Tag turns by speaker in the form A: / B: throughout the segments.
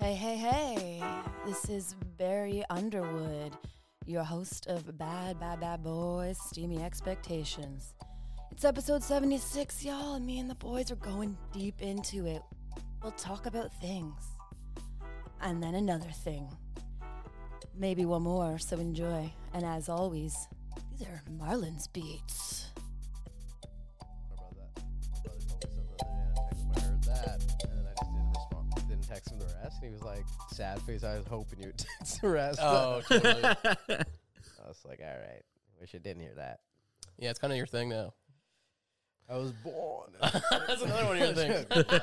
A: Hey, hey, hey. This is Barry Underwood, your host of Bad, Bad, Bad Boys Steamy Expectations. It's episode 76, y'all, and me and the boys are going deep into it. We'll talk about things. And then another thing. Maybe one more, so enjoy. And as always, these are Marlin's beats.
B: about that. My brother told me something the other day, and I texted him, I heard that, and then I just didn't respond, didn't text him the rest, and he was like, sad face, I was hoping you would text the rest.
C: Oh, totally.
B: I was like, all right, wish I didn't hear that.
C: yeah, it's kind of your thing now.
B: I was born.
C: That's another one of your things.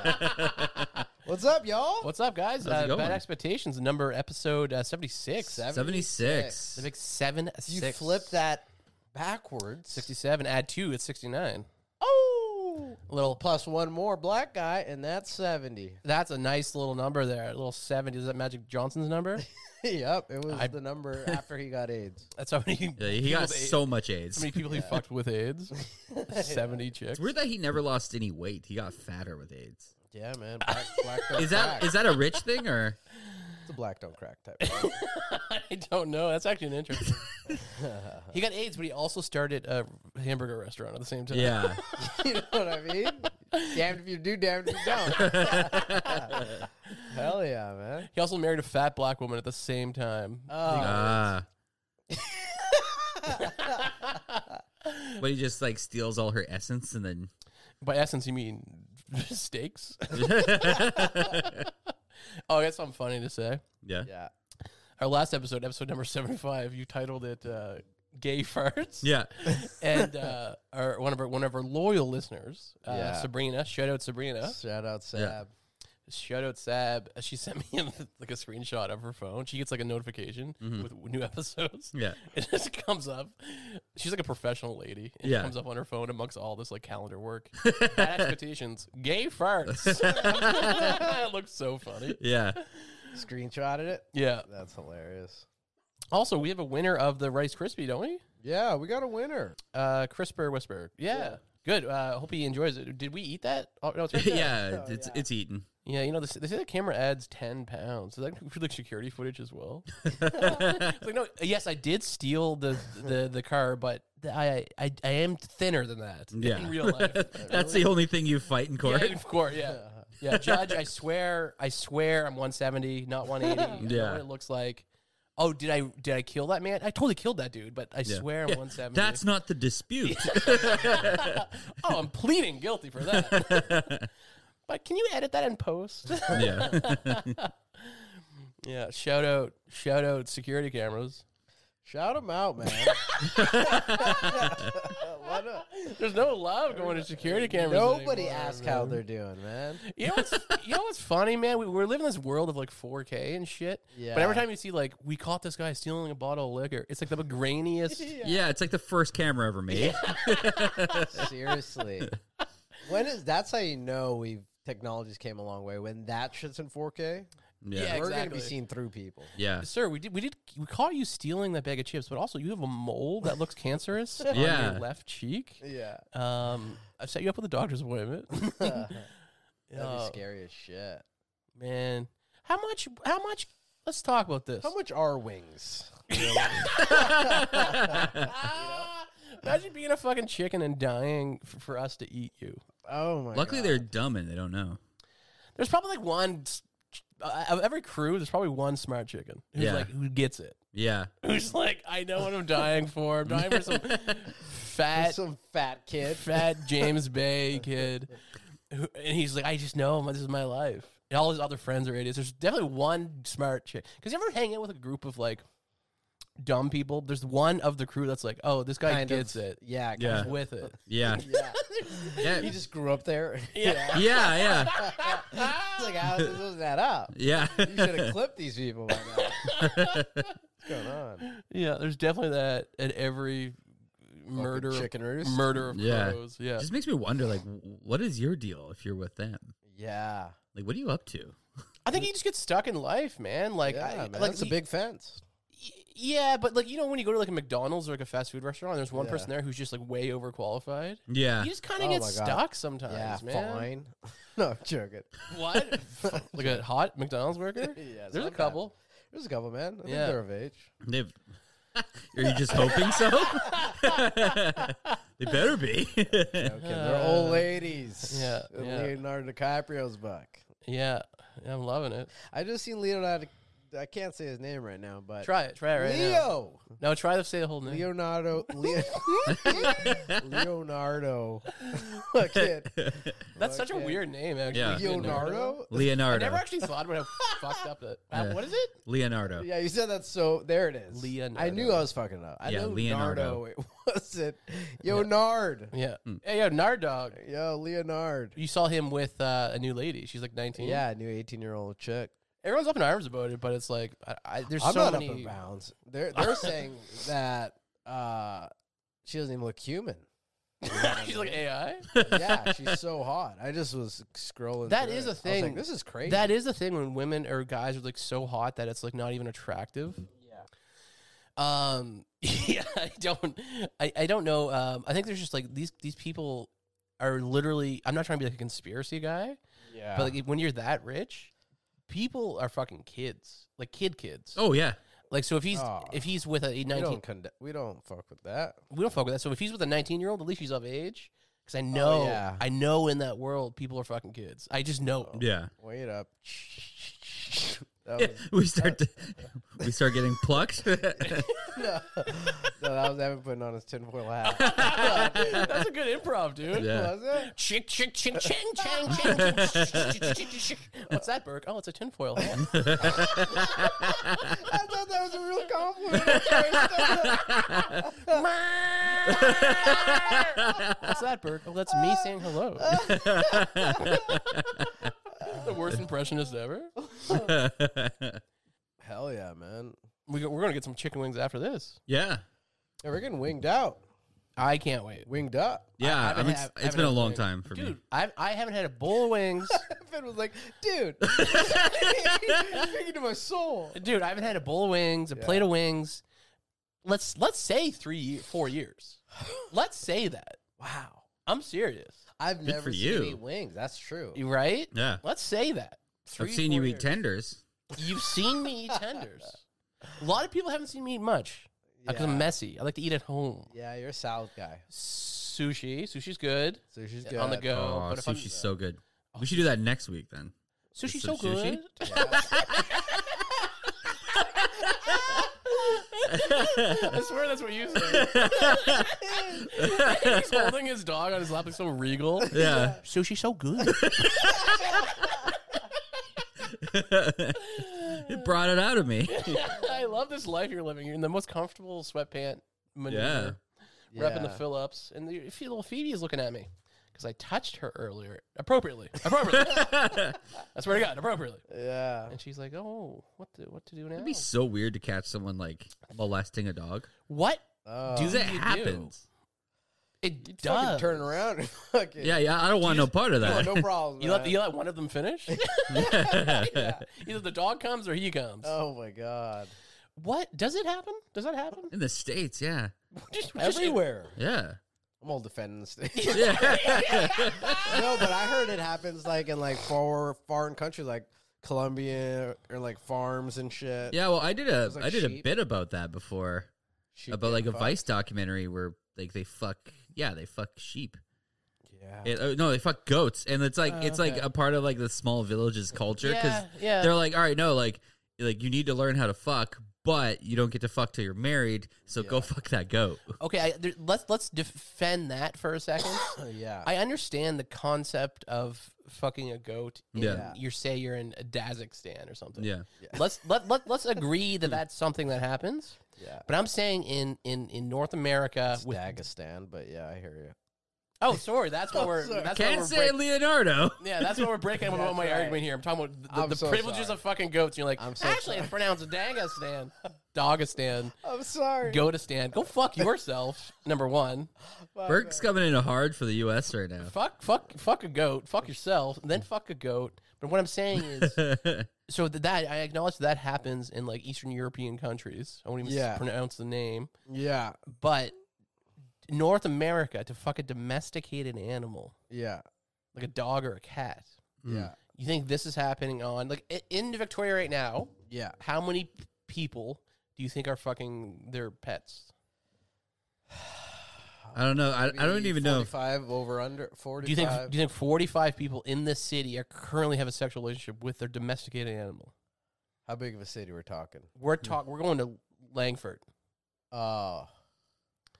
B: What's up, y'all?
C: What's up, guys?
D: How's it
C: Uh, Bad
D: going?
C: Expectations, number episode uh, 76.
D: 76.
C: The big 7
B: You
C: six.
B: flipped that backwards.
C: 67, add 2, it's 69.
B: Oh,
C: Little
B: plus one more black guy, and that's 70.
C: That's a nice little number there. A little 70. Is that Magic Johnson's number?
B: yep, it was
C: I-
B: the number after he got AIDS.
C: That's how many,
D: Yeah, he
C: people
D: got
C: that-
D: so much
C: how
D: AIDS.
C: many people he fucked with AIDS. 70 chicks.
D: It's weird that he never lost any weight. He got fatter with AIDS.
B: Yeah, man. Black, black don't
D: Is that
B: crack.
D: is that a rich thing or
B: It's a black don't crack type?
C: I don't know. That's actually an interesting. he got AIDS, but he also started a hamburger restaurant at the same time.
D: yeah?
B: you know what I mean? damned if you do, damned if you don't. Hell yeah, man.
C: He also married a fat black woman at the same time.
B: Oh,
D: Ah. but he just like steals all her essence and then
C: By essence, you mean steaks? oh, I got something funny to say.
D: yeah.
B: yeah.
C: Our last episode, episode number 75, you titled it uh, Gay Farts.
D: Yeah.
C: And uh, our, one, of our, one of our loyal listeners, uh,
B: Yeah.
C: Sabrina, shout out Sabrina,
B: Shout out Sab.
C: shout out Sab. Uh, She sent me like a screenshot of her phone. She gets like a notification with new episodes.
D: Mm-hmm. Yeah.
C: It just comes up. She's like a professional lady. And
D: Yeah.
C: She comes up on her phone amongst all this like calendar work. Bad expectations. Gay farts. it looks so funny.
D: Yeah.
B: Screenshotted it.
C: Yeah.
B: That's hilarious.
C: Also, we have a winner of the Rice Krispie, don't we?
B: Yeah, we got a winner.
C: Uh, Crisper Whisper. Yeah. Good. Uh, hope he enjoys it. Did we eat that? Oh, no, it's right there.
D: yeah, it's it's eaten.
C: Yeah. You know, this, they say the camera adds ten pounds. Is that for like security footage as well? it's like, no. Yes, I did steal the the, the car, but I, I I am thinner than that
D: Yeah.
C: in real life.
D: That's the only thing you fight in court.
C: Yeah, of course, yeah. Yeah, judge, I swear, I swear I'm 170, not 180. I know
D: Yeah.
C: what it looks like. Oh, did I did I kill that man? I totally killed that dude, but I
D: Yeah.
C: swear I'm
D: Yeah,
C: 170.
D: That's not the dispute.
C: Oh, I'm pleading guilty for that. but can you edit that in post?
D: yeah.
C: yeah, shout out shout out security cameras.
B: Shout him out, man. Why not?
C: There's no love going to security cameras.
B: Nobody
C: anymore,
B: asked
C: man.
B: how they're doing, man.
C: You know what's you know what's funny, man? We, we're living in this world of like 4K and shit. But
B: Yeah.
C: every time you see like we caught this guy stealing a bottle of liquor, it's like the grainiest.
D: Yeah, it's like the first camera ever made.
B: Seriously. When is that's how you know we've technologies came a long way. When that shit's in 4K,
C: Yeah,
B: we're gonna be
C: exactly.
B: seen through people.
D: Yeah.
C: Sir, we did we did we caught you stealing that bag of chips, but also you have a mole that looks cancerous on
D: Yeah.
C: your left cheek.
B: Yeah.
C: Um, I've set you up with a doctor's appointment.
B: That'd be
C: Oh,
B: scary as shit.
C: man, how much? How much? Let's talk about this.
B: How much are wings?
C: Ah, imagine being a fucking chicken and dying f- for us to eat you.
B: Oh my
D: Luckily,
B: God.
D: they're dumb and they don't know.
C: There's probably like one s- uh, of every crew. There's probably one smart chicken who's
D: Yeah.
C: like who gets it.
D: Yeah.
C: Who's like, I know what I'm dying for. I'm dying for some fat
B: some fat kid.
C: fat James Bay kid, who- and he's like, I just know him. This is my life. And all his other friends are idiots. There's definitely one smart chick. Because you ever hang out with a group of like dumb people? There's one of the crew that's like, oh, this guy
B: Kind of.
C: gets it.
B: Yeah,
D: Yeah.
B: kind of.
C: With it.
D: Yeah.
B: yeah.
D: Yeah.
B: He just grew up there.
C: Yeah.
D: Yeah. Yeah.
B: It's like, how does this add up?
D: Yeah.
B: You should have clipped these people by now. What's going on?
C: Yeah, there's definitely that at every murder of-
B: chicken roost?
C: murder of
D: Yeah.
C: crows. Yeah.
D: just makes me wonder, like, w- what is your deal if you're with them?
B: Yeah.
D: Like, what are you up to?
C: I think he just gets stuck in life, man. Like,
B: yeah,
C: I,
B: man.
C: like
B: That's a
C: he-
B: big fence.
C: y- Yeah, but like you know when you go to like a McDonald's or like a fast food restaurant, there's one
B: Yeah.
C: person there who's just like way overqualified.
D: Yeah.
C: You just kind of
B: Oh
C: get
B: my God.
C: stuck sometimes,
B: yeah,
C: man.
B: fine. no, I'm joking.
C: What? like a hot McDonald's worker?
B: Yeah,
C: There's a
B: sometimes.
C: couple.
B: There's a couple, man. I think
C: Yeah.
B: they're of age.
D: They've- Are you just hoping so? they better be.
B: Okay, they're old
C: Uh,
B: ladies.
C: yeah,
B: in
C: yeah.
B: Leonardo DiCaprio's book.
C: Yeah, yeah, I'm loving it.
B: I just seen Leonardo. I can't say his name right now, but
C: Try it. Try it right now.
B: Leo.
C: No, try to say the whole name.
B: Leonardo. Leo, Leonardo. Look it.
C: That's such a
B: Okay.
C: weird name, actually.
D: Yeah.
B: Leonardo.
C: I
D: Leonardo.
C: never actually thought about how fucked up that. uh,
D: Yeah.
C: What is it?
D: Leonardo.
B: Yeah, you said that so. There it is. I knew
C: Leonardo.
B: I was fucking up. I
D: Yeah,
B: know
D: Leonardo.
B: Nardo. It wasn't. Yo, Nard.
C: Yeah. Hey, yo, Nardog.
B: Yo, Leonard.
C: You saw him with uh, a new lady. She's like 19.
B: Yeah, new 18 year old chick.
C: Everyone's up in arms about it, but it's like I, I, there's
B: I'm
C: so
B: not
C: many.
B: up in bounds. They're, they're saying that uh, she doesn't even look human.
C: She's like AI.
B: yeah, she's so hot. I just was scrolling.
C: That
B: through
C: is
B: it. I
C: a
B: was
C: thing.
B: like, this is crazy.
C: That is the thing when women or guys are like so hot that it's like not even attractive. Yeah. Um. Yeah. I don't. I. I don't know. Um. I think there's just like these. These people are literally. I'm not trying to be like a conspiracy guy,
B: yeah.
C: but like when you're that rich, people are fucking kids. Like kid kids.
D: Oh yeah.
C: Like so if he's
B: Aw.
C: if he's with a
B: we
C: 19,
B: don't conde- we don't fuck with that.
C: we don't fuck with that. So if he's with a 19 year old, at least he's of age. Because
D: Oh,
C: I know,
B: yeah.
C: I know in that world people are fucking kids. I just know.
D: Oh. Yeah.
B: Wait up. That
D: Yeah,
B: was,
D: we start we start getting plucked.
B: no, no, that was Evan putting on his tinfoil hat.
C: That's a good improv, dude.
D: Yeah.
B: Was it?
C: Chick, chick, ching, ching, chang, ching, ching, ching, ching. What's that, Burke? Oh, it's a tinfoil hat.
B: I thought that was a real compliment.
C: What's that, Burke? Oh, that's me saying hello. the worst impressionist ever.
B: Hell yeah, man.
C: We, go- we're going to get some chicken wings after this.
D: yeah.
B: Yeah, we're getting winged out,
C: I can't wait.
B: winged up.
D: Yeah.
C: I
D: I
C: haven't
D: am ex-
C: had- I
D: it's
C: haven't
D: been a
C: had
D: long
C: wings.
D: time for me.
C: Dude, I, I haven't had a bowl of wings.
B: Evan was like, dude, speaking to my soul.
C: Dude, I haven't had a bowl of wings, a plate of wings. Let's let's say three, ye- four years. Let's say that.
B: Wow.
C: I'm serious,
B: I've
D: for
B: never
D: you.
B: seen any wings. That's true.
C: You right?
D: Yeah.
C: Let's say that.
D: I've
B: Three,
D: seen you
B: four
D: eat
B: years.
D: tenders.
C: You've seen me eat tenders. A lot of people haven't seen me eat much because I'm
B: Yeah.
C: messy. I like to eat at home.
B: Yeah, you're a salad guy.
C: Sushi, sushi's good
B: So she's good.
C: on the go.
D: Oh,
C: but if I'm-
D: sushi's so good.
C: Oh,
D: We should do that next week then.
C: sushi's so
D: some
C: good.
D: sushi.
C: I swear that's what you said. He's holding his dog on his lap like so regal.
D: Yeah.
C: Sushi's so good.
D: it brought it out of me.
C: I love this life you're living. You're in the most comfortable sweatpant
D: Yeah.
C: maneuver, repping the
B: Yeah.
C: fill ups, and the the little Phoebe is looking at me because I touched her earlier appropriately. Appropriately, I swear to God, appropriately.
B: Yeah.
C: And she's like, "Oh, what to what to do now?
D: It'd be so weird to catch someone like molesting a dog.
C: What
B: Oh.
C: do
D: Because it
C: you do?
D: happens.
C: it
B: Fucking
C: does?
B: turn around. and fucking,
D: Yeah, yeah. I don't want no part of
B: Oh,
D: that.
B: no problem.
C: You let
B: man.
C: you let one of them finish. Either the dog comes or he comes.
B: Oh my god.
C: what does it happen? Does that happen?
D: In the states, yeah,
C: Just- just-
B: Everywhere.
D: yeah,
B: I'm all defending this thing.
D: yeah.
B: no, but I heard it happens like in like four foreign countries like Colombia or like farms and shit.
D: Yeah, well, I did a I
B: was like
D: did a
B: sheep.
D: bit about that before
B: Sheep
D: about like
B: getting
D: a
B: fucked.
D: Vice documentary where like they fuck yeah they fuck sheep.
B: Yeah.
D: It, oh, no, they fuck goats, and it's like
C: Oh,
D: it's
C: okay.
D: like a part of like the small villages culture because
C: yeah, yeah.
D: they're like, all right, no, like like you need to learn how to fuck, but you don't get to fuck till you're married. So go
B: Yeah.
D: fuck that goat.
C: okay, I, there, let's let's defend that for a second.
B: yeah.
C: I understand the concept of fucking a goat. In,
D: Yeah.
C: you say you're in a Dazakhstan or something.
D: Yeah,
C: Let's let, let let's agree that that's something that happens.
B: yeah.
C: But I'm saying in in in North America
B: It's
C: with
B: Dagestan, but yeah, I hear you.
C: Oh, sorry. That's what we're.
B: sorry.
C: That's what
D: Can't
C: we're
D: say
C: break-
D: Leonardo.
C: Yeah, that's what we're breaking up
B: That's
C: about my
B: right.
C: argument here. I'm talking about the,
B: I'm
C: the
B: so
C: privileges
B: sorry.
C: of fucking goats. And you're like,
B: I'm so sorry.
C: actually, it's pronounced Dagestan, Dagestan,
B: I'm sorry.
C: Goatistan. Go fuck yourself. Number one.
B: My
D: Burke's
B: bad.
D: coming in hard for the U.S. right now.
C: Fuck, fuck, fuck a goat. Fuck yourself, and then fuck a goat. But what I'm saying is, so that, that I acknowledge that happens in like Eastern European countries. I won't even s-
B: Yeah.
C: pronounce the name,
B: Yeah.
C: but North America to fuck a domesticated animal
B: Yeah.
C: like a dog or a cat.
B: Yeah.
C: You think this is happening on like i- in Victoria right now?
B: Yeah.
C: How many p- people do you think are fucking their pets?
D: I don't know. I, I don't even know. if-
B: Five over under forty.
C: Do you think do you think 45 people in this city are currently have a sexual relationship with their domesticated animal?
B: how big of a city we're talking?
C: We're
D: Hmm.
C: talk we're going to Langford.
B: Oh,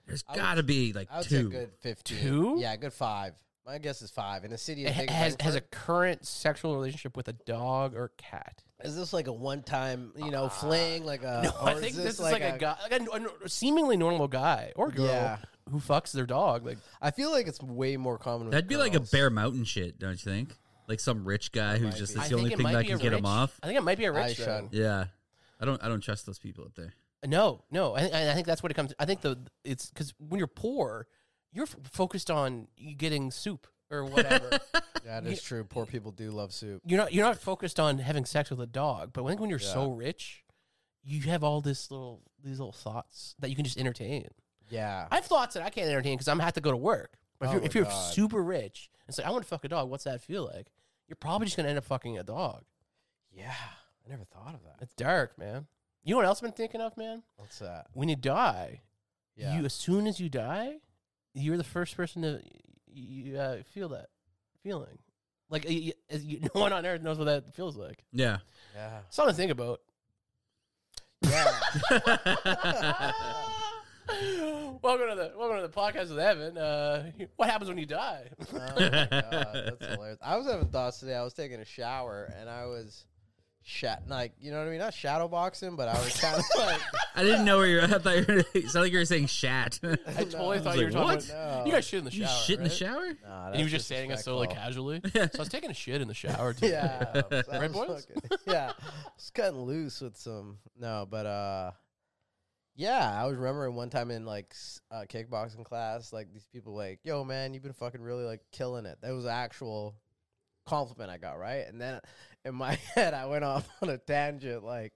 D: There's
B: I would-
D: got to be like
B: I would say a
D: two.
B: good fifteen.
C: Two?
B: Yeah, a good five. My guess is five. In a city
C: It
B: as
C: ha-
B: big as
C: has has a
B: Frankfurt,
C: current sexual relationship with a dog or cat.
B: is this like a one time you know fling like
D: Uh,
B: a?
C: Uh, No, I
B: or
C: think this is like, a, guy, like a, n- a n- seemingly normal guy or girl
B: Yeah.
C: who fucks their dog. Like
B: I feel like it's way more common. With
D: That'd be like a
B: girls.
D: Bear Mountain shit, don't you think? Like some rich guy who's
B: might
D: just
B: be.
D: it's the only thing that can
C: a
D: get him
C: rich-
D: off.
C: I think it might be a
B: I
C: rich.
B: shun.
C: though.
D: Yeah, I don't. I don't trust those people up there.
C: No, no. I, I I think that's what it comes. I think the it's because when you're poor, you're f- focused on you getting soup or whatever.
B: That is true. Poor people do love soup.
C: you're not you're not focused on having sex with a dog. But I think when you're so rich, you have all this little these little thoughts that you can just entertain.
B: Yeah.
C: I have thoughts that I can't entertain because I'm have to go to work. But if
B: Oh
C: you're
B: my
C: if you're
B: God.
C: super rich and say I want to fuck a dog, what's that feel like? You're probably just gonna end up fucking a dog.
B: yeah. I never thought of that.
C: It's dark, man. You know what else I've been thinking of, man?
B: What's that?
C: When you die,
B: Yeah.
C: you as soon as you die, you're the first person to you uh, feel that feeling. Like uh, you, as you, no one on earth knows what that feels like.
D: Yeah.
B: yeah.
C: Something to think about.
B: Yeah. Oh
C: welcome to the welcome to the podcast with Evan. Uh, what happens when you die?
B: Oh my God, that's hilarious. I was having thoughts today. I was taking a shower and I was shat like you know what I mean? Not shadow boxing, but I was kind of like
D: I didn't know where you. were. I thought you were. It sounded like you were saying shat. you
C: I totally
B: No.
C: thought
D: I
C: you were
D: was like,
C: talking.
D: what?
C: About,
B: No.
C: You guys shit in the shower.
D: shit in the
C: right?
D: shower?
B: Nah,
C: And
B: that's
C: he was just saying it so like
B: disrespectful.
C: casually. so I was taking a shit in the shower. Too.
B: Yeah. so I
C: Red
B: was
C: Boys?
B: fucking- yeah. Just cutting loose with some no, but uh yeah, I was remembering one time in like s- uh, kickboxing class, like these people like, "Yo, man, you've been fucking really like killing it." That was an actual compliment I got, right? And then in my head, I went off on a tangent, like,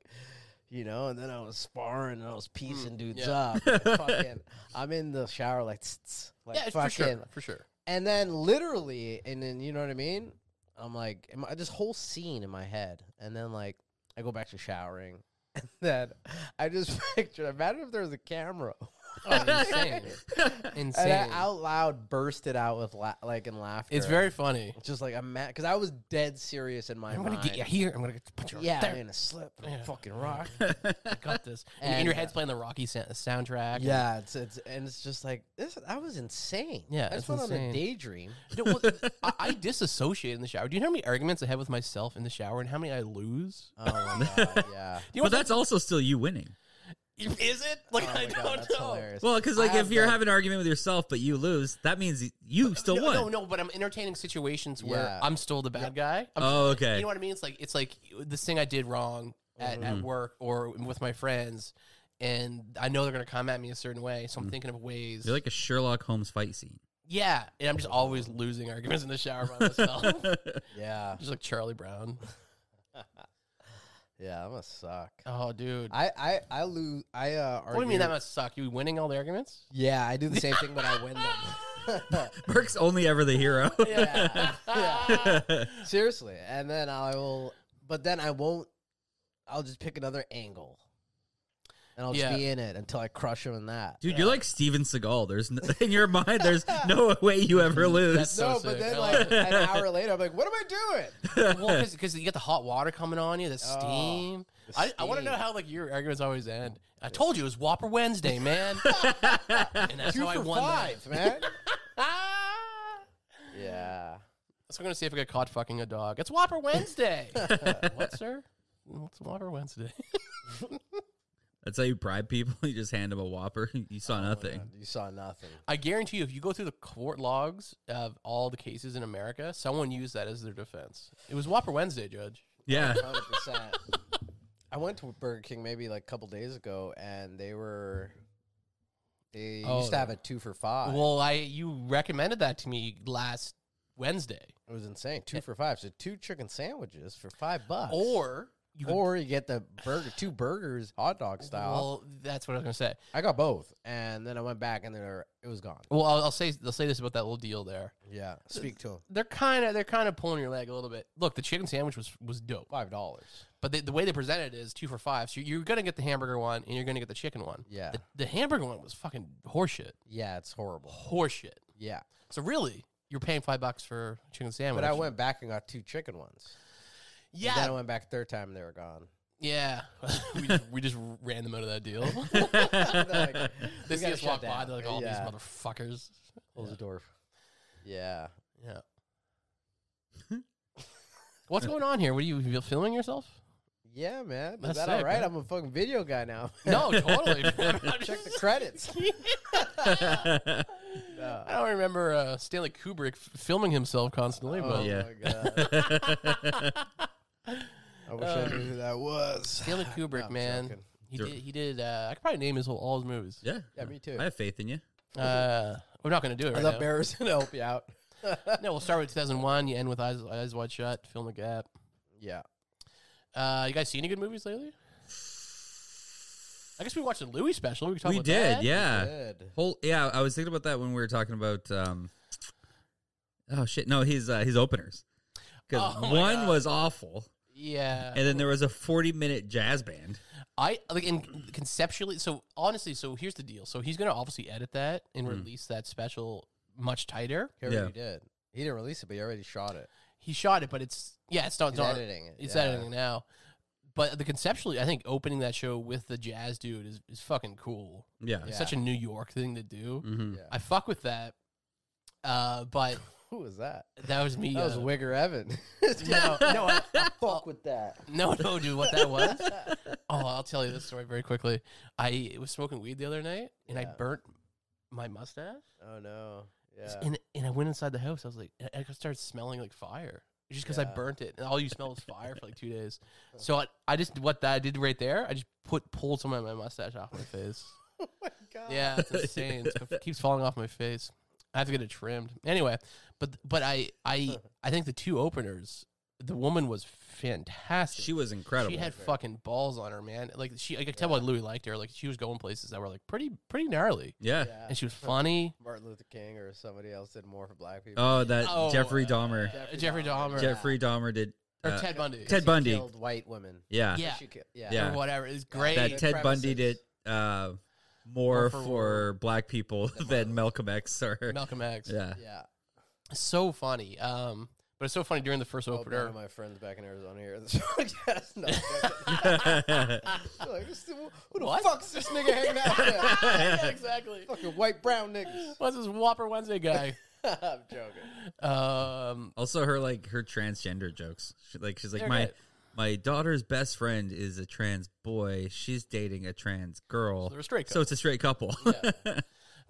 B: you know, and then I was sparring and I was piecing dudes
C: Hmm, yeah.
B: up. and fucking, I'm in the shower, like, tss, tss, like
C: yeah, it's
B: fucking,
C: for sure, for sure.
B: and then literally, and then you know what I mean. I'm like, am I- this whole scene in my head, and then like I go back to showering, and then I just picture. Imagine if there was a camera,
C: Oh, insane, insane.
B: and I out loud bursted out with la- like in laughter.
C: it's very funny.
B: just like I'm mad because I was dead serious in my
C: I'm
B: mind.
C: gonna get you here. I'm gonna get- punch you.
B: Yeah,
C: there.
B: I'm gonna slip from
C: Yeah.
B: a fucking rock.
C: I got this. And,
B: And,
C: in your
B: uh,
C: head's playing the Rocky sa- soundtrack. and-
B: yeah, it's it's and it's just like this. I was insane.
C: Yeah,
B: I
C: it's
B: just went on
C: insane.
B: a daydream.
C: Dude, well, I, I disassociate in the shower. Do you know how many arguments I have with myself in the shower and how many I lose?
B: Oh my god, yeah.
C: Do you
D: But
C: know
D: that's also still you winning.
C: what that is? It like
B: Oh
C: I
B: my
C: don't
B: God, that's
C: know.
B: hilarious.
D: Well, because
B: I
D: like if
B: have
D: you're
B: done-
D: having an argument with yourself but you lose, that means you still
C: no,
D: won.
C: no, no, but I'm entertaining situations where
B: Yeah.
C: I'm still the bad guy. I'm
D: Oh, okay.
C: You know what I mean? It's like it's like this thing I did wrong at,
D: Mm-hmm.
C: at work or with my friends, and I know they're gonna come at me a certain way, so I'm thinking of ways.
D: You're Mm. like a Sherlock Holmes fight scene.
C: yeah, and I'm just always losing arguments in the shower by myself,
B: Yeah,
C: just like Charlie Brown.
B: yeah, I'm gonna suck.
C: Oh, dude.
B: I I I lose. I uh. Argue.
C: what do you mean that must suck? You winning all the arguments?
B: Yeah, I do the same thing, but I win them.
D: Burke's only ever the hero.
B: yeah, yeah. Seriously, and then I will. But then I won't. I'll just pick another angle, and I'll
C: Yeah.
B: just be in it until I crush him in that.
D: Dude, you're like Steven Seagal. There's no, in your mind, there's no way you ever
C: That's
D: lose.
C: so
B: no,
C: sick.
B: but then
C: I
B: like
C: love
B: an hour later, I'm like, "What am I doing?"
C: well, because you get the hot water coming on you, the
B: Oh,
C: steam.
B: the
C: I, I want to know
B: steam.
C: how like your arguments always end. I told you it was Whopper Wednesday, man. and that's
B: Two
C: how I
B: for
C: won. that.
B: five, man.
C: Ah!
B: yeah.
C: So I'm gonna see if I get caught fucking a dog. It's Whopper Wednesday. what, sir? What's Whopper Wednesday?
D: That's how you bribe people. You just hand them a Whopper. You saw
B: Oh my
D: nothing.
B: God, You saw nothing.
C: I guarantee you, if you go through the court logs of all the cases in America, someone used that as their defense. It was Whopper Wednesday, Judge.
D: Yeah.
B: 100%. I went to Burger King maybe like a couple days ago, and they were they
C: Oh,
B: used to have a two for five.
C: Well, I you recommended that to me last Wednesday,
B: it was insane. Two for five. So two chicken sandwiches for five bucks,
C: eh or you could-
B: or you get the burger, two burgers, hot dog style.
C: Well, that's what I was gonna say.
B: I got both, and then I went back, and they were, it was gone.
C: Well, I'll, I'll say I'll say this about that little deal there.
B: Yeah, speak to them.
C: They're kind of they're kind of pulling your leg a little bit. Look, the chicken sandwich was was dope,
B: Five dollars.
C: but they, the way they presented it is two for five. So you're gonna get the hamburger one and you're gonna get the chicken one.
B: Yeah.
C: The, the hamburger one was fucking horseshit,
B: Yeah, it's horrible.
C: horseshit.
B: Yeah,
C: So really, you're paying five bucks for a chicken sandwich.
B: but I went back and got two chicken ones. And then I
C: Yeah,
B: went back third time, and they were gone.
C: yeah. we, just, we just ran them out of that deal.
B: Like,
C: they
B: we
C: see
B: gotta
C: us
B: shut
C: walk by.
B: down.
C: They're like, "All
B: Yeah.
C: these motherfuckers."
B: Oldendorf. Yeah.
C: Yeah. What's going on here? What are you, you filming yourself?
B: Yeah, man.
C: That's
B: Is that all
C: sick,
B: right?
C: man.
B: I'm a fucking video guy now.
C: No, totally.
B: Check the credits. No.
C: I don't remember uh, Stanley Kubrick f- filming himself constantly,
B: Oh
C: but
D: yeah.
B: my god. I wish I knew who that was.
C: Stanley
B: No,
C: Kubrick,
B: I'm
C: man,
B: joking.
C: he
D: Sure.
C: did. He did. Uh, I could probably name his whole all his movies.
D: yeah.
B: Yeah, me too.
D: I have faith in you.
C: Uh, we're not going to do it
B: I
C: right
B: thought
C: now.
B: Bear was gonna help you out.
C: no, we'll start with 2001. You end with Eyes, eyes Wide Shut, Film the Gap.
B: Yeah.
C: Uh, you guys see any good movies lately? I guess we watched the Louis special. We, could talk
D: We
C: about
D: did.
C: that.
D: Yeah.
B: Good.
D: Whole yeah, I was thinking about that when we were talking about um Oh shit, no, his uh, his openers. Because
C: Oh
D: one
C: my God.
D: was awful,
C: Yeah.
D: and then there was a forty-minute jazz band.
C: I like and conceptually. So honestly, so here's the deal. So he's gonna obviously edit that and
D: Mm.
C: release that special much tighter.
B: He already
D: Yeah.
B: did. He didn't release it, but he already shot it.
C: He shot it, but it's yeah, it's not.
B: He's
C: it's not-
B: editing it.
C: It's
B: yeah.
C: editing now. But the conceptually, I think opening that show with the jazz dude is, is fucking cool.
D: Yeah,
C: It's such a New York thing to do.
D: hmm
B: Yeah.
C: I fuck with that. Uh, but
B: Who was that?
C: that was me.
B: That was
C: uh,
B: Wigger Evan.
C: No, no, I,
B: Fuck with that.
C: no, no, dude. What that was? Oh, I'll tell you this story very quickly. I was smoking weed the other night and I
B: Yeah.
C: burnt my mustache.
B: Oh no. Yeah.
C: And, and I went inside the house. I was like, and I started smelling like fire It's just because I
B: Yeah.
C: burnt it. And all you smell is fire for like two days. So I, I just, what that I did right there, I just put, pulled some of my mustache off my face.
B: oh my god.
C: yeah, it's insane. It's- It keeps falling off my face. I have to get it trimmed. Anyway, but, but I, I, I think the two openers, the woman was fantastic.
D: She was incredible.
C: She had fucking balls on her, man. Like she, I could tell why Louis liked her. Like she was going places that were like pretty, pretty gnarly,
D: yeah.
B: Yeah.
C: and she was funny.
B: Martin Luther King or somebody else did more for black people.
D: Oh, that
C: Oh,
D: Jeffrey
C: uh,
D: Dahmer.
C: Jeffrey, Dahmer,
D: Jeffrey Dahmer did.
C: or
D: uh,
C: Ted Bundy,
D: Ted
B: She
D: Bundy.
B: killed white women.
D: Yeah,
C: Yeah.
B: She ki- yeah.
D: Yeah.
C: or whatever. It's
B: Yeah,
C: great.
D: that
B: Good
D: Ted Bundy did
B: premises.
D: uh,
C: More
D: more for,
C: for-
D: black people than Malcolm X or
C: Malcolm X.
D: yeah.
B: Yeah.
C: So funny. Um, but it's so funny during the first
B: Oh, one
C: opener.
B: of my friends back in Arizona here. This podcast. No, I'm joking. like, this, who the
C: What?
B: fuck's this nigga hanging out with?
C: yeah, exactly.
B: Fucking white brown niggas.
C: What's this Whopper Wednesday guy?
B: I'm joking.
C: um,
D: also, her like her transgender jokes. She, like she's like
C: They're
D: my
C: good.
D: my daughter's best friend is a trans boy. She's dating a trans girl.
C: they're a straight
D: So it's a straight couple.
C: but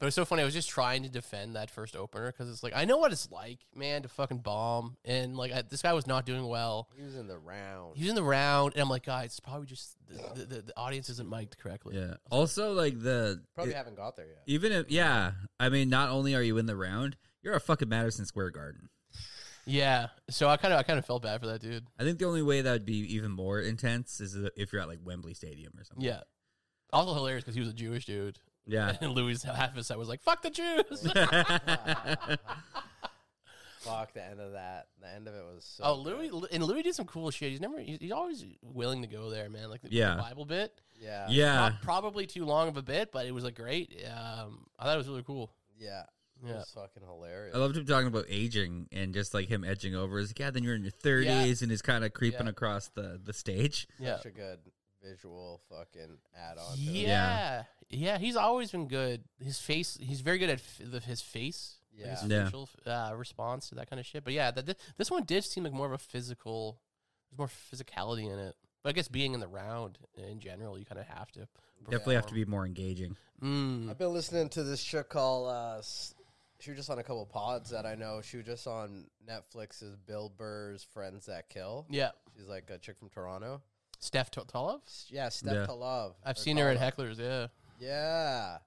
C: it's so funny. I was just trying to defend that first opener because it's like I know what it's like, man, to fucking bomb, and like I, this guy was not doing well.
B: He was in the round.
C: He was in the round, and I'm like, guys, it's probably just the, the, the, the audience isn't mic'd correctly.
D: yeah. Also, like the
B: Probably
D: it-
B: haven't got there yet.
D: even if yeah, I mean, not only are you in the round, you're a fucking Madison Square Garden.
C: Yeah. So I kind of I kind of felt bad for that dude.
D: I think the only way that would be even more intense is if you're at like Wembley Stadium or something.
C: Yeah. Also hilarious because he was a Jewish dude,
D: Yeah.
C: and Louis half his side was like, "Fuck the Jews."
B: Fuck the end of that. The end of it was so.
C: oh,
B: good.
C: Louis and Louis did some cool shit. He's never he's, he's always willing to go there, man. Like the,
D: Yeah.
C: the Bible bit.
B: Yeah.
D: yeah.
C: Not probably too long of a bit, but it was like great. Um, I thought it was really cool.
B: Yeah. It
C: Yeah.
B: was fucking hilarious.
D: I loved him talking about aging and just like him edging over. He's like, yeah, then you're in your 30s and is kind of creeping
C: Yeah.
D: across the, the stage.
C: Yeah.
B: Such a good visual fucking add on.
C: Yeah.
D: Yeah.
C: yeah. He's always been good. His face, he's very good at f- the, his face. like his
D: Yeah. Yeah.
C: facial uh, response to that kind of shit. But yeah, that, this one did seem like more of a physical, there's more physicality in it. But I guess being in the round in general, you kind of have to.
D: Definitely have to be more engaging.
C: Mm.
B: I've been listening to this show called. Uh, s- she was just on a couple pods that I know. She was just on Netflix's Bill Burr's Friends That Kill.
C: Yeah.
B: She's like a chick from Toronto.
C: Steph Tolov?
B: S- Yeah, Step
D: Yeah.
B: to Love.
C: I've
B: or
C: seen her at
B: Tolov.
C: Heckler's, yeah.
B: Yeah.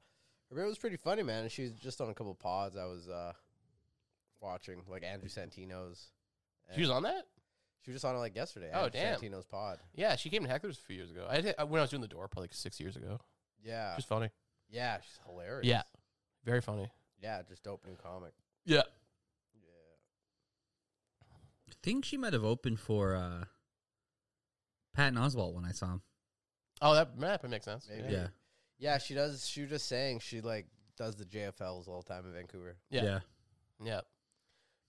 B: Her bit was pretty funny, man. And she was just on a couple pods I was uh, watching, like Andrew Santino's.
C: She was on that?
B: She was just on it like yesterday.
C: Oh,
B: Andrew
C: damn.
B: Santino's pod.
C: Yeah, she came to Heckler's a few years ago. I, did- I when I was doing the door probably like six years ago.
B: Yeah.
C: She's funny.
B: yeah, she's hilarious.
C: Yeah. Very funny.
B: Yeah, just dope new comic.
C: Yeah.
B: Yeah.
D: I think she might have opened for uh, Patton Oswalt when I saw him.
C: Oh, that that probably makes sense.
B: Maybe.
D: Yeah.
B: Yeah. Yeah, she does. She was just saying she like does the JFLs all the time in Vancouver.
C: Yeah.
D: Yeah.
C: Yeah.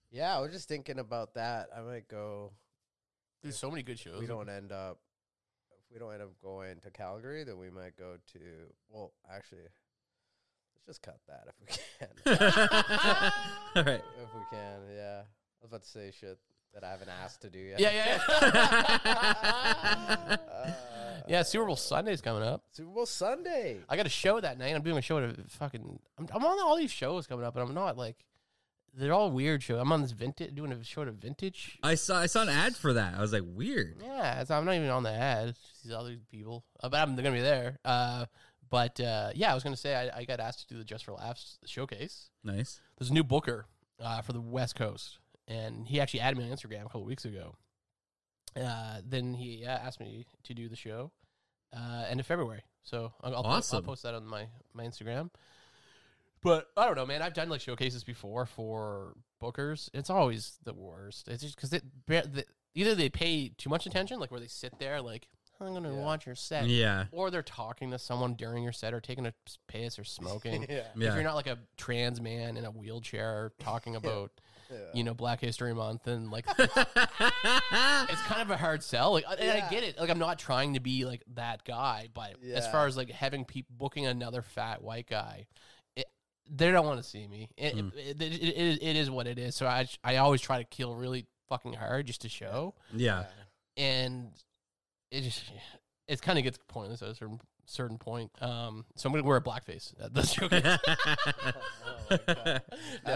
B: Yeah, I was just thinking about that. I might go.
C: There's so many good shows.
B: If we don't end up. If we don't end up going to Calgary, then we might go to. Well, actually, let's just cut that if we can.
D: All right.
B: if we can, yeah. I was about to say shit that I haven't asked to do yet.
C: yeah, yeah, yeah.
B: Uh,
C: yeah, Super Bowl Sunday's coming up.
B: Super Bowl Sunday.
C: I got a show that night. I'm doing a show at a fucking. I'm, I'm on all these shows coming up, and I'm not like they're all weird shows. I'm on this vintage doing a show at a vintage.
D: I saw I saw an ad for that. I was like, weird.
C: Yeah, so I'm not even on the ad. It's just these other people, uh, but I'm they're gonna be there. Uh, but uh, yeah, I was gonna say I, I got asked to do the Just for Laughs showcase.
D: Nice.
C: There's a new booker uh, for the West Coast, and he actually added me on Instagram a couple weeks ago. Uh, then he uh, asked me to do the show uh, end of February. So I'll, I'll, po- I'll
D: Awesome.
C: post that on my, my Instagram. But I don't know, man. I've done like showcases before for bookers. It's always the worst. It's just because they, bar- the, either they pay too much attention, like where they sit there, like I'm gonna
B: Yeah.
C: watch your set,
D: Yeah.
C: or they're talking to someone during your set, or taking a piss, or smoking
B: yeah.
D: Yeah.
C: if you're not like a trans man in a wheelchair talking about
B: yeah.
C: you know black history month and like it's, it's kind of a hard sell like and i
B: Yeah.
C: get it like i'm not trying to be like that guy but as
B: Yeah.
C: far as like having people booking another fat white guy it, they don't want to see me it,
D: Mm.
C: it, it, it, it is what it is so I, I always try to kill really fucking hard just to show
D: yeah.
C: and it just it's kind of gets pointless at a certain certain point um so i'm gonna wear a blackface at this showcase.
B: my God.
C: No, I
B: That'd
C: don't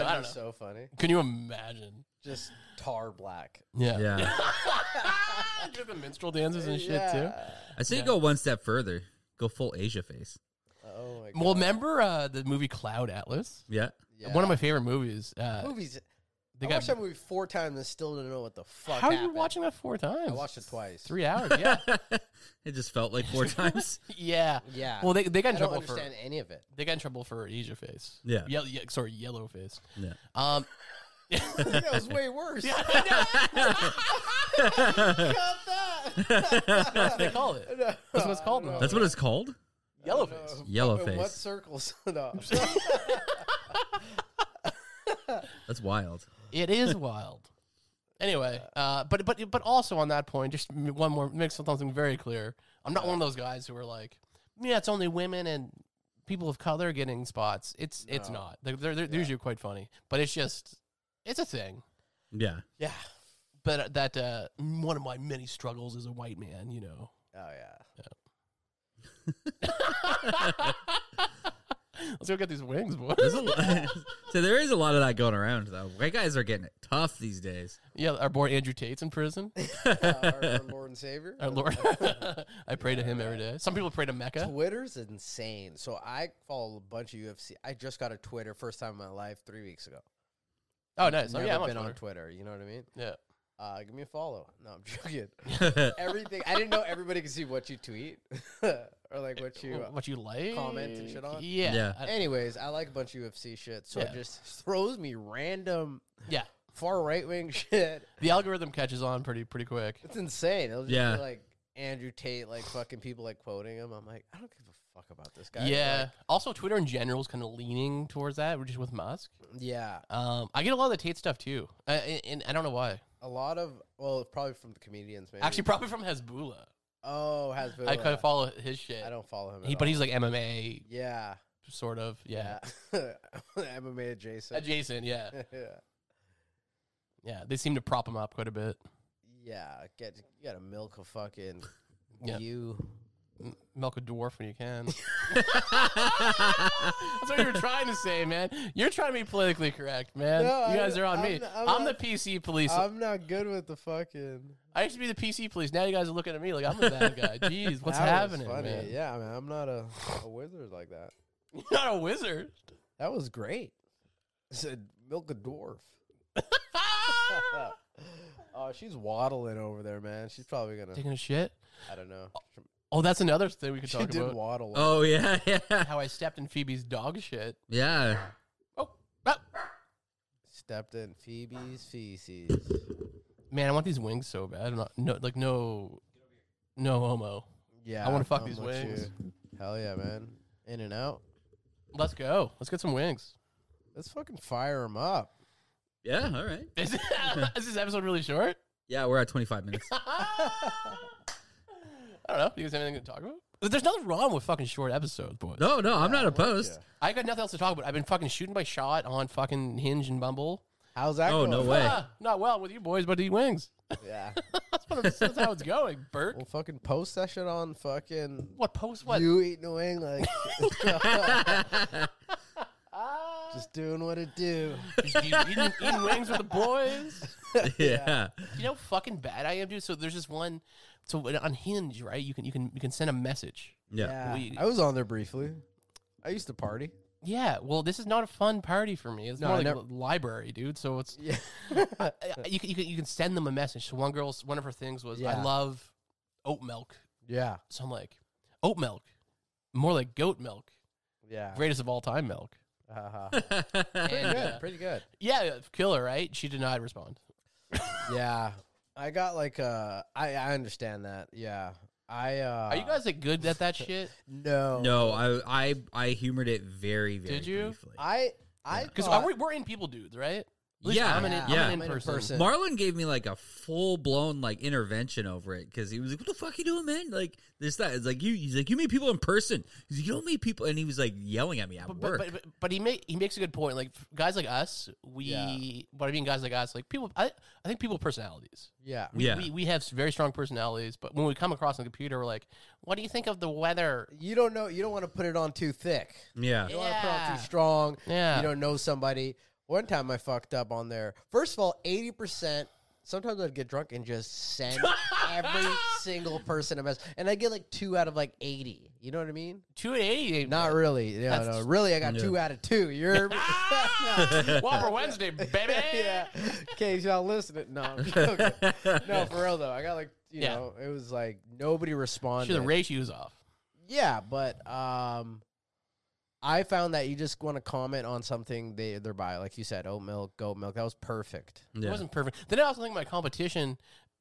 B: be
C: know.
B: so funny.
C: Can you imagine?
B: Just tar black.
C: Yeah.
D: yeah.
C: Just the minstrel dances
B: Uh,
C: and shit too.
D: I say
C: Yeah.
D: you go one step further. Go full Asia face.
B: Oh my god.
C: Well, remember uh, the movie Cloud Atlas?
D: Yeah.
B: Yeah.
C: One of my favorite movies. Uh,
B: movies.
C: they
B: I
C: got,
B: watched that movie four times and still didn't know what the fuck.
C: how are you
B: happened.
C: watching that four times?
B: I watched it twice.
C: Three hours. Yeah.
D: it just felt like four times.
C: yeah.
B: Yeah.
C: Well, they, they got
B: I
C: in
B: don't
C: trouble for
B: understand any of it.
C: they got in trouble for Asia face.
D: Yeah.
C: Yellow, yeah. Sorry, yellow face.
D: Yeah.
C: Um.
B: that was way worse. Yeah.
C: That's what they call it. That's what it's called. now.
D: That's what it's called.
C: yellow face.
D: Yellow
B: In what
D: face.
B: circles? no.
D: That's wild.
C: It is wild. Anyway, uh, but but but also on that point, just m- one more make something very clear. I'm not one of those guys who are like, yeah, it's only women and people of color getting spots. It's it's
B: No.
C: not. They're, they're, they're usually quite funny, but it's just it's a thing.
D: Yeah.
B: yeah.
C: But uh, that uh, one of my many struggles as a white man, you know.
B: Oh yeah.
C: Let's go get these wings, boy.
D: There's a lo- so there is a lot of that going around though. White guys are getting it tough these days.
C: yeah, our boy Andrew Tate's in prison.
B: Uh, our, our Lord and Savior. Uh,
C: Our Lord, I pray to him every day. Some people pray to Mecca.
B: Twitter's insane. So I follow a bunch of UFC. I just got a Twitter first time in my life three weeks ago.
C: Oh, nice. Oh,
B: Never
C: yeah, I'm on
B: been
C: Twitter.
B: on Twitter. You know what I mean?
C: yeah.
B: Uh, give me a follow. No, I'm joking. Everything. I didn't know everybody could see what you tweet or like what you.
C: what you like
B: uh, comment and shit on? Eh.
C: Yeah,
D: Yeah.
C: I-
B: Anyways, I like a bunch of UFC shit, so
C: Yeah.
B: it just throws me random
C: yeah.
B: far right wing shit.
C: The algorithm catches on pretty pretty quick.
B: It's insane. It'll just
D: Yeah.
B: be like Andrew Tate, like fucking people like quoting him. I'm like, I don't give a fuck about this guy.
C: yeah. also, Twitter in general is kind of leaning towards that, which is with Musk.
B: Like, yeah.
C: Um, I get a lot of the Tate stuff too, uh, and, and I don't know why.
B: A lot of well, probably from the comedians, maybe.
C: Actually, probably from Hezbollah.
B: oh, has been.
C: I kind of follow his shit.
B: I don't follow him.
C: He,
B: at
C: but
B: all.
C: he's like MMA
B: yeah,
C: sort of. Yeah.
B: yeah. MMA adjacent.
C: Adjacent, yeah,
B: yeah,
C: yeah. They seem to prop him up quite a bit.
B: yeah. Get you got to milk a fucking
C: Yeah.
B: You.
C: milk a dwarf when you can. That's what you're trying to say, man. You're trying to be politically correct, man.
B: No,
C: you
B: I'm-
C: guys are on
B: I'm
C: me.
B: not-
C: I'm,
B: I'm
C: the
B: not-
C: PC police. i
B: I'm not good with the fucking.
C: used to be the PC police. Now you guys are looking at me like I'm the bad guy. Jeez, what's happening, man?
B: Yeah, I mean, I'm not a, a wizard like that.
C: You're not a wizard.
B: That was great. I said, milk a dwarf. oh, she's waddling over there, man. She's probably gonna.
C: Taking a shit.
B: I don't know.
C: Oh, that's another thing we could
B: She
C: talk
B: did
C: about.
B: waddle.
D: Oh yeah, yeah,
C: How I stepped in Phoebe's dog shit.
D: yeah.
C: Oh, ah.
B: Stepped in Phoebe's feces.
C: man, I want these wings so bad. I'm not, no, like no, no homo.
B: Yeah,
C: wanna fuck
B: I'm
C: these
B: with
C: wings.
B: you. Hell yeah, man! In and out.
C: Let's go. Let's get some wings.
B: Let's fucking fire him up.
D: Yeah, all right.
C: Is, is this episode really short?
D: Yeah, we're at 25 minutes.
C: I don't know. You guys have anything to talk about? But There's nothing wrong with fucking short episodes, boys.
D: No, no, I'm not opposed.
B: Yeah.
C: I got nothing else to talk about. I've been fucking shooting my shot on fucking Hinge and Bumble.
B: How's that
D: Oh,
B: going?
D: no way.
C: Ah, not well with you boys, but to eat wings.
B: Yeah,
C: That's, what I'm- that's how it's going, Burke.
B: we'll fucking post that shit on fucking.
C: What post? What?
B: You eat New England,
C: Ah,
B: just doing what it do.
C: just eat- eating, eating wings with the boys.
D: yeah.
C: You know, how fucking bad I am, dude. So there's this one. So on Hinge, right? You can you can you can send a message.
D: Yeah.
C: We-
B: I was on there briefly. I used to party.
C: Yeah, well, this is not a fun party for me. It's
B: No,
C: more
B: I
C: like
B: never-
C: a library, dude. So it's
B: Yeah.
C: I- I- you can, you can you can send them a message. So one girl's one of her things was I
B: Yeah.
C: love oat milk.
B: Yeah.
C: So I'm like oat milk, more like goat milk,
B: Yeah.
C: greatest of all time milk.
B: Uh-huh.
C: And,
B: Pretty
C: uh,
B: good. Pretty good.
C: yeah, killer, right? She did not respond.
B: Yeah. I got like uh I I understand that. Yeah. I uh
C: Are you guys like good at that shit?
B: No.
D: No, I, I I humored it very, very
C: Did you?
D: briefly.
B: I I
C: Because
B: thought-
C: we're, we're in people dudes, right? At least
D: Yeah,
C: I'm an, in-
D: yeah.
C: I'm an in person.
B: person.
D: Marlon gave me like a full blown like intervention over it because he was like, "What the fuck you doing, man? Like this that it's like you he's like you meet people in person. He's like, you don't meet people, and he was like yelling at me at
C: But, but,
D: work.
C: but, but, but he make, he makes a good point. Like f- guys like us, we
B: Yeah.
C: what I mean guys like us, like people. I I think people have personalities.
B: Yeah.
C: We,
D: Yeah.
C: we, we have s- very strong personalities, but when we come across on the computer, we're like, "What do you think of the weather?"
B: You don't know you don't want to put it on too thick.
D: yeah,
B: You don't want to put on
C: Yeah.
B: too strong.
C: Yeah.
B: You don't know somebody. One time I fucked up on there. First of all, eighty percent Sometimes I'd get drunk and just send every single person a message, and I get like two out of like eighty. You know what I mean?
C: Two eighty,
B: Not really. Yeah,
C: That's-
B: no, really, I got
D: Yeah.
B: two out of two. You're
C: Whopper Wednesday, baby.
B: yeah. Okay, y'all listening? No, I'm joking. no, for real though. I got like you
C: Yeah.
B: know, it was like nobody
C: Sure,
B: responded.
C: the ratio's off.
B: yeah, but um, I found that you just want to comment on something they they're by, like you said, oat milk, goat milk. That was perfect.
D: yeah.
C: It wasn't perfect. Then I also think my competition.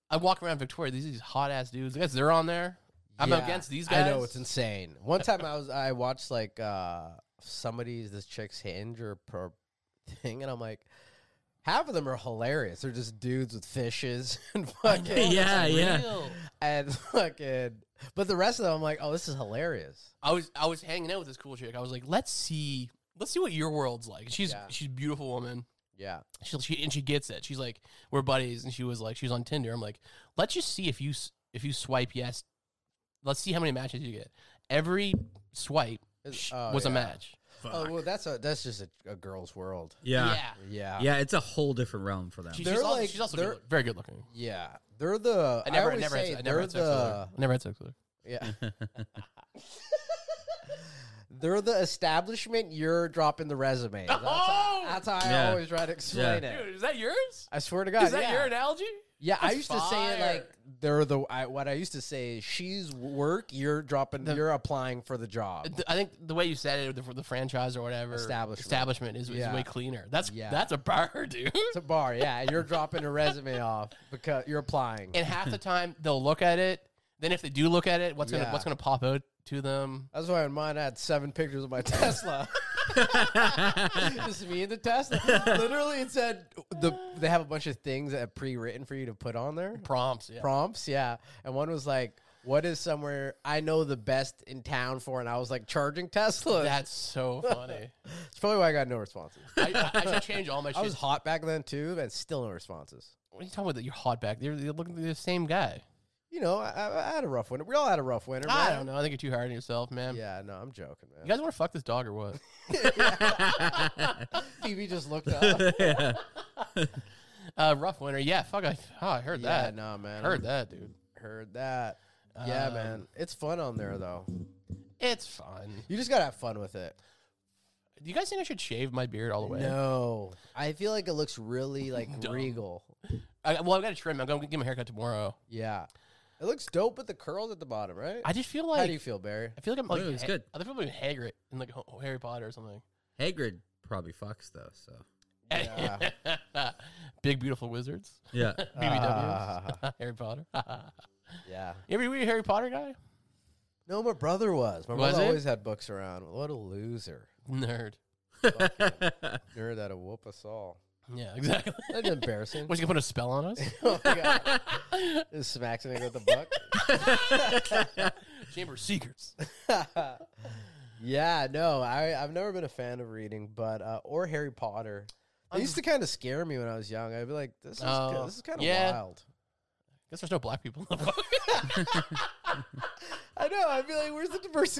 C: I walk around Victoria. These these hot ass dudes. The guys, they're on there. I'm
B: Yeah.
C: against these guys.
B: I know it's insane. One time I was I watched like uh somebody's this chick's hinge or pro thing, and I'm like. Half of them are hilarious. They're just dudes with fishes and fucking
D: yeah, yeah.
C: Real.
B: and fucking. But the rest of them, I'm like, oh, this is hilarious.
C: I was I was hanging out with this cool chick. I was like, let's see, let's see what your world's like. She's
B: Yeah.
C: she's a beautiful woman.
B: Yeah,
C: She, she and she gets it. She's like, we're buddies, and she was like, she's on Tinder. I'm like, let's just see if you s- if you swipe yes, let's see how many matches you get. Every swipe
B: It's-
C: sh-
B: oh,
C: was a
B: yeah.
C: match.
D: Fuck.
B: Oh well, that's a that's just a, a girl's world.
D: yeah, yeah,
C: yeah.
B: Yeah,
D: It's a whole different realm for them.
C: She-
B: They're
C: she's, also,
B: like-
C: she's also
B: they're-
C: good look- very good looking.
B: yeah. They're the.
C: I never, I
B: always
C: never,
B: say
C: had, I never
B: they're
C: had sex with her.
B: the.
C: I never had sex with her.
B: Yeah. They're the establishment. You're dropping the resume. That's,
C: Oh!
B: how, that's how I
D: Yeah.
B: always try to explain it.
C: Dude, is that yours?
B: I swear to God.
C: is that
B: yeah.
C: your analogy?
B: Yeah, I
C: That's
B: used to say it
C: fire.
B: like they're the. I, what I used to say is she's work. You're dropping. you're applying for the job.
C: Th- I think the way you said it, the, the franchise or whatever
B: Establishment.
C: establishment is, is
B: Yeah.
C: way cleaner. That's
B: Yeah.
C: that's a bar, dude.
B: It's a bar, yeah. You're dropping a resume off because you're applying.
C: and half the time they'll look at it. Then if they do look at it, what's gonna
B: Yeah.
C: what's gonna pop out to them?
B: That's why in mine I had seven pictures of my Tesla. Just me and the Tesla. Literally, it said the they have a bunch of things that are pre-written for you to put on there.
C: Prompts. Yeah.
B: Prompts, yeah. And one was like, "What is somewhere I know the best in town for?" And I was like, "Charging Tesla."
C: That's so funny.
B: That's probably why I got no responses.
C: I, I, I should change all my shit.
B: I was hot back then too, and still no responses.
C: what are you talking about? That you're hot back. You're, you're looking at the same guy.
B: you know, I, I, I had a rough winter. We all had a rough winter.
C: I
B: man.
C: don't know. I think you're too hard on yourself, man.
B: Yeah, no, I'm joking,
C: You
B: man.
C: guys want to fuck this dog or what?
B: Phoebe just looked up.
D: yeah.
C: uh, rough winter. Yeah, fuck. I, oh, I heard
B: yeah,
C: that.
B: no, man.
C: heard that, dude.
B: Heard that. Yeah,
C: Um,
B: man. It's fun on there though.
C: It's fun.
B: You just gotta have fun with it.
C: Do you guys think I should shave my beard all the way?
B: No, I feel like it looks really like
C: Dumb.
B: regal.
C: I, well, I've got to trim. I'm going to get my haircut tomorrow.
B: Yeah, it looks dope with the curls at the bottom, right?
C: I just feel
B: How
C: like
B: do you feel, Barry?
C: I feel like I'm like
D: No, it's
C: Ha-
D: good.
C: Other people like Hagrid in like Ho- Harry Potter or something.
D: Hagrid probably fucks though, so
B: Yeah. Ah.
C: Big beautiful wizards.
D: yeah.
C: BBWs. Harry Potter.
B: Yeah.
C: you ever be a Harry Potter guy?
B: No, my brother was. My
C: Was
B: brother
C: it?
B: always had books around. What a loser.
C: Nerd.
B: Nerd that'll whoop us all.
C: Yeah, exactly.
B: That's embarrassing.
C: Was he gonna put a spell on us?
B: oh my god. Just smacks me with the buck.
C: Chamber of Secrets.
B: yeah, no, I I've never been a fan of reading, but uh, or Harry Potter. It used to kind of scare me when I was young. I'd be like, "This is
C: Oh,
B: ki- this is kind of
C: yeah.
B: wild."
C: Guess there's no black people in the book.
B: I know. I'd be like, "Where's the diverse,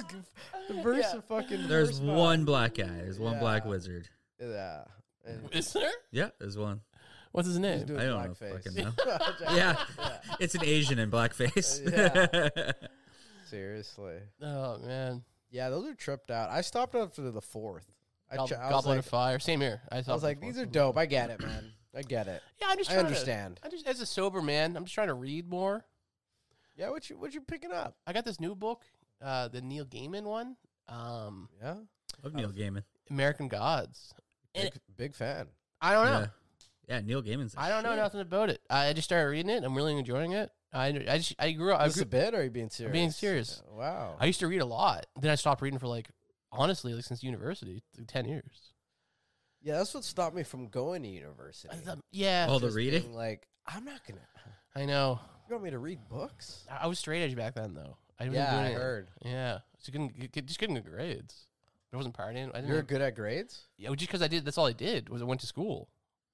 B: diverse
C: Yeah.
B: fucking?"
D: There's
B: diverse pod?
D: one black guy. There's one black
B: Yeah.
D: wizard.
B: Yeah, and
C: Is there?
D: Yeah, there's one.
C: What's his
B: he's
C: name?
B: doing
D: I don't know,
B: blackface.
D: fucking know.
B: Jack-
D: Yeah. It's an Asian in blackface.
B: seriously.
C: Oh man.
B: Yeah, those are tripped out. I stopped after the fourth. I,
C: Gob-
B: ch- I was
C: Goblin
B: like,
C: of Fire. Same here. I,
B: I was like, these are dope. I get it, man. I get it.
C: Yeah, I'm just
B: I
C: trying
B: understand.
C: To, I just as a sober man, I'm just trying to read more.
B: Yeah, what you what you picking up?
C: I got this new book, uh, the Neil Gaiman one, um,
B: Yeah,
D: Of
B: Uh,
D: Neil Gaiman.
C: American Gods. And
B: big, big fan.
C: I don't know.
D: Yeah. Yeah, Neil Gaiman's. the
C: Oh, I don't know
D: shit.
C: nothing about it. I just started reading it. I'm really enjoying it. I I just I grew up. I,
B: Is this
C: grew,
B: a bit? Or are you being serious?
C: I'm being serious.
B: Wow.
C: I used to read a lot. Then I stopped reading for like honestly, like since university, like ten years.
B: yeah, that's what stopped me from going to university.
C: I thought- yeah,
D: All Oh, the
B: Just
D: reading?
B: being Like, I'm not gonna.
C: I know.
B: You want me to read books?
C: I, I was straight edge back then though. I wasn't
B: Yeah,
C: doing
B: I
C: it.
B: heard.
C: Yeah, so you couldn't, you could- just couldn't get grades. I wasn't partying. I didn't.
B: You're
C: have-
B: good at grades.
C: yeah, well, just because I did. That's all I did was I went to school.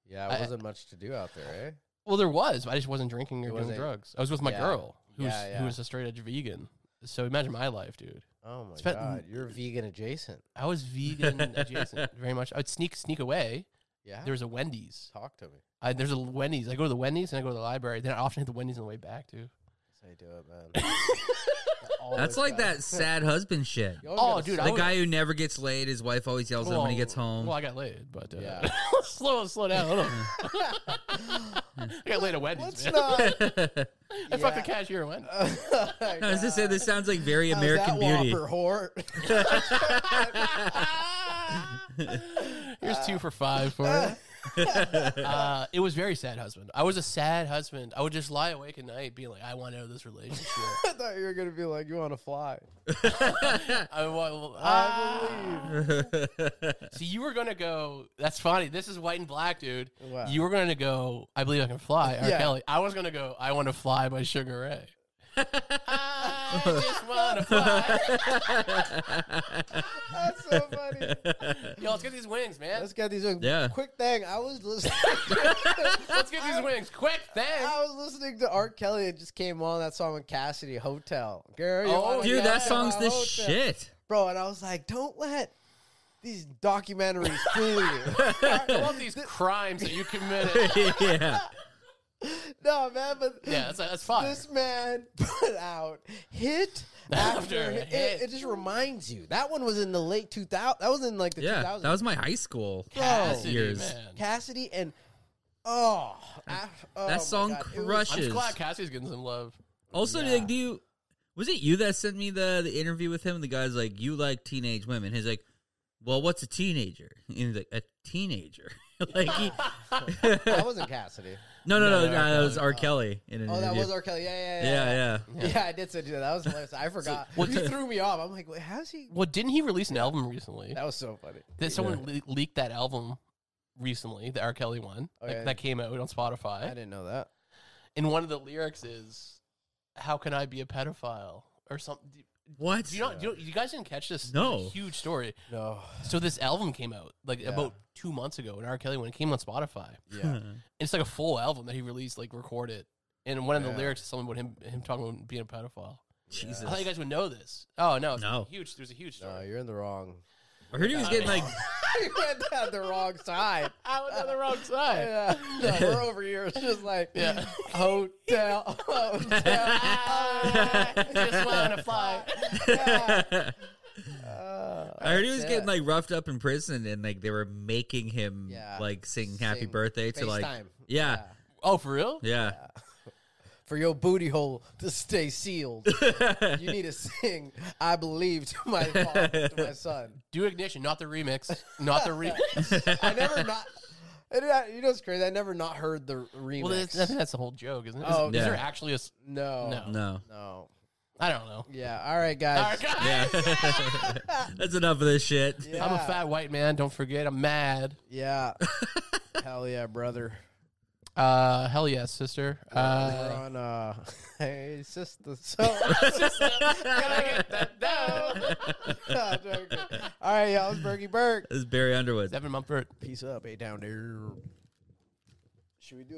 B: Yeah,
C: I-
B: it wasn't much to do out there, eh?
C: Well, there was, but I just wasn't drinking or
B: It
C: doing
B: wasn't-
C: drugs. I was with my
B: Yeah.
C: girl, who was,
B: Yeah, yeah.
C: who was a straight edge vegan. So imagine my life, dude.
B: Oh my
C: Spent-
B: god, you're vegan adjacent.
C: I was vegan adjacent very much. I'd sneak sneak away.
B: Yeah,
C: There was a Wendy's.
B: talk to me.
C: I, there's a Wendy's. I go to the Wendy's and I go to the library. Then I often hit the Wendy's on the way back too.
B: That's how you do it, man.
D: That's like that sad husband shit.
B: You always
C: Oh,
B: gotta
C: dude, I
D: The
B: start-
C: would-
D: guy who never gets laid, his wife always yells at him when he
C: Well,
D: gets home.
C: Well, I got laid, but uh,
B: Yeah.
C: slow slow down. Hold on. I got laid at
B: Let's
C: Wendy's. man.
B: not.
C: I fucked the
B: yeah.
C: cashier at Wendy's.
B: I
D: I was just saying, this sounds like very
B: How's
D: American
B: that
D: Beauty.
B: Whopper whore.
C: Here's two for five for you. uh, it was very sad, husband. I was a sad husband. I would just lie awake at night, being like, "I want out of this relationship."
B: I thought you were gonna be like, you want to fly?
C: I want.
B: Uh, I believe.
C: See, you were gonna go. That's funny. This is white and black, dude.
B: Wow.
C: You were gonna go. I believe I can fly. R.
B: Yeah.
C: Kelly. I was gonna go. I want to fly by Sugar Ray. I just want to fly.
B: That's so funny.
C: Yo, let's get these wings, man.
B: Let's get these. Wings.
D: Yeah.
B: Quick thing. I was listening.
C: Let's get these wings quick. Thanks.
B: I was listening to R. Kelly. It just came on that song with Cassidy Hotel. Girl, you
C: Oh,
B: wanna
D: Dude,
B: get
D: that
B: to
D: song's
B: my
D: the
B: hotel.
D: shit.
B: bro. And I was like, don't let these documentaries fool you.
C: I love these crimes that you committed.
D: yeah.
B: no, man, but
C: Yeah, that's, that's fine.
B: This man put out hit after,
C: After
B: hit.
C: hit.
B: It, it just reminds you. That one was in the late 2000. That was in like the
D: Yeah.
B: 2000s.
D: That was my high school.
C: Cassidy,
D: years.
C: man.
B: Cassidy and oh, af- oh my
D: That song
B: God, it was-
C: I'm just
D: crushes.
C: glad Cassie's getting some love.
D: Also,
B: Yeah.
D: like, do you? Was it you that sent me the the interview with him? the guy's like, "You like teenage women?" He's like, "Well, what's a teenager?" And he's like, "A teenager." like, he,
B: that wasn't Cassidy.
D: no, no, no,
C: No,
D: no,
C: R.
D: that was R. Kelly. In an
B: Oh, that
D: interview.
B: was R. Kelly. Yeah, yeah, yeah.
D: Yeah, yeah.
B: Yeah, I did send you that. That was hilarious. I forgot.
C: what-
B: you threw me off. I'm like, wait, how's he?
C: Well, didn't he release an album recently?
B: That was so funny.
C: That someone le- leaked that album recently, the R. Kelly one
B: Oh,
C: like,
B: yeah.
C: that came out on Spotify.
B: I didn't know that.
C: and one of the lyrics is, "How can I be a pedophile?" or something. Do
D: What?
C: do you not? Do you, you guys didn't catch this?
D: No.
C: huge story.
B: No.
C: So this album came out like about two months ago, and R. Kelly when it came on Spotify,
B: Yeah.
C: it's like a full album that he released, like recorded, And one of the
B: Yeah.
C: lyrics is something about him him talking about being a pedophile.
D: Jesus.
C: I thought you guys would know this. Oh no, it's
D: No.
C: huge. There's a huge story.
B: No, you're in the wrong.
D: I heard he was getting like
B: you went down the wrong side.
C: I was on the wrong side.
B: Yeah, no, we're over here. It's just like
C: Yeah.
B: hotel, hotel.
C: Ah, just wanting to fly.
B: Uh,
D: I heard he was
B: that's it.
D: getting like roughed up in prison and like they were making him
B: Yeah.
D: like sing happy
B: Sing
D: birthday to like
B: FaceTime.
D: Yeah.
C: Oh, for real?
D: Yeah.
B: for your booty hole to stay sealed. you need to sing "I Believe" to my father, to my son.
C: Do ignition, not the remix, not the remix.
B: I never not. I did not- You know, it's crazy. I never not heard the remix.
C: well, that's- I think that's the whole joke, isn't it? Is,
B: Oh,
C: is there
D: yeah.
C: actually a? s-
B: no,
C: No.
D: No.
B: no.
C: I don't know.
B: Yeah. All right,
C: All
B: guys.
C: right, guys.
D: Yeah. That's enough of this shit.
B: Yeah.
C: I'm a fat white man. Don't forget, I'm mad.
B: Yeah. Hell yeah, brother.
C: Uh, hell yes, sister.
B: We're
C: Uh,
B: on. Uh, hey, sister. So. All right, y'all. It's Berkey Burke.
D: This is Barry Underwood.
C: Devin Mumford.
B: Peace up. Hey, down there. Should we do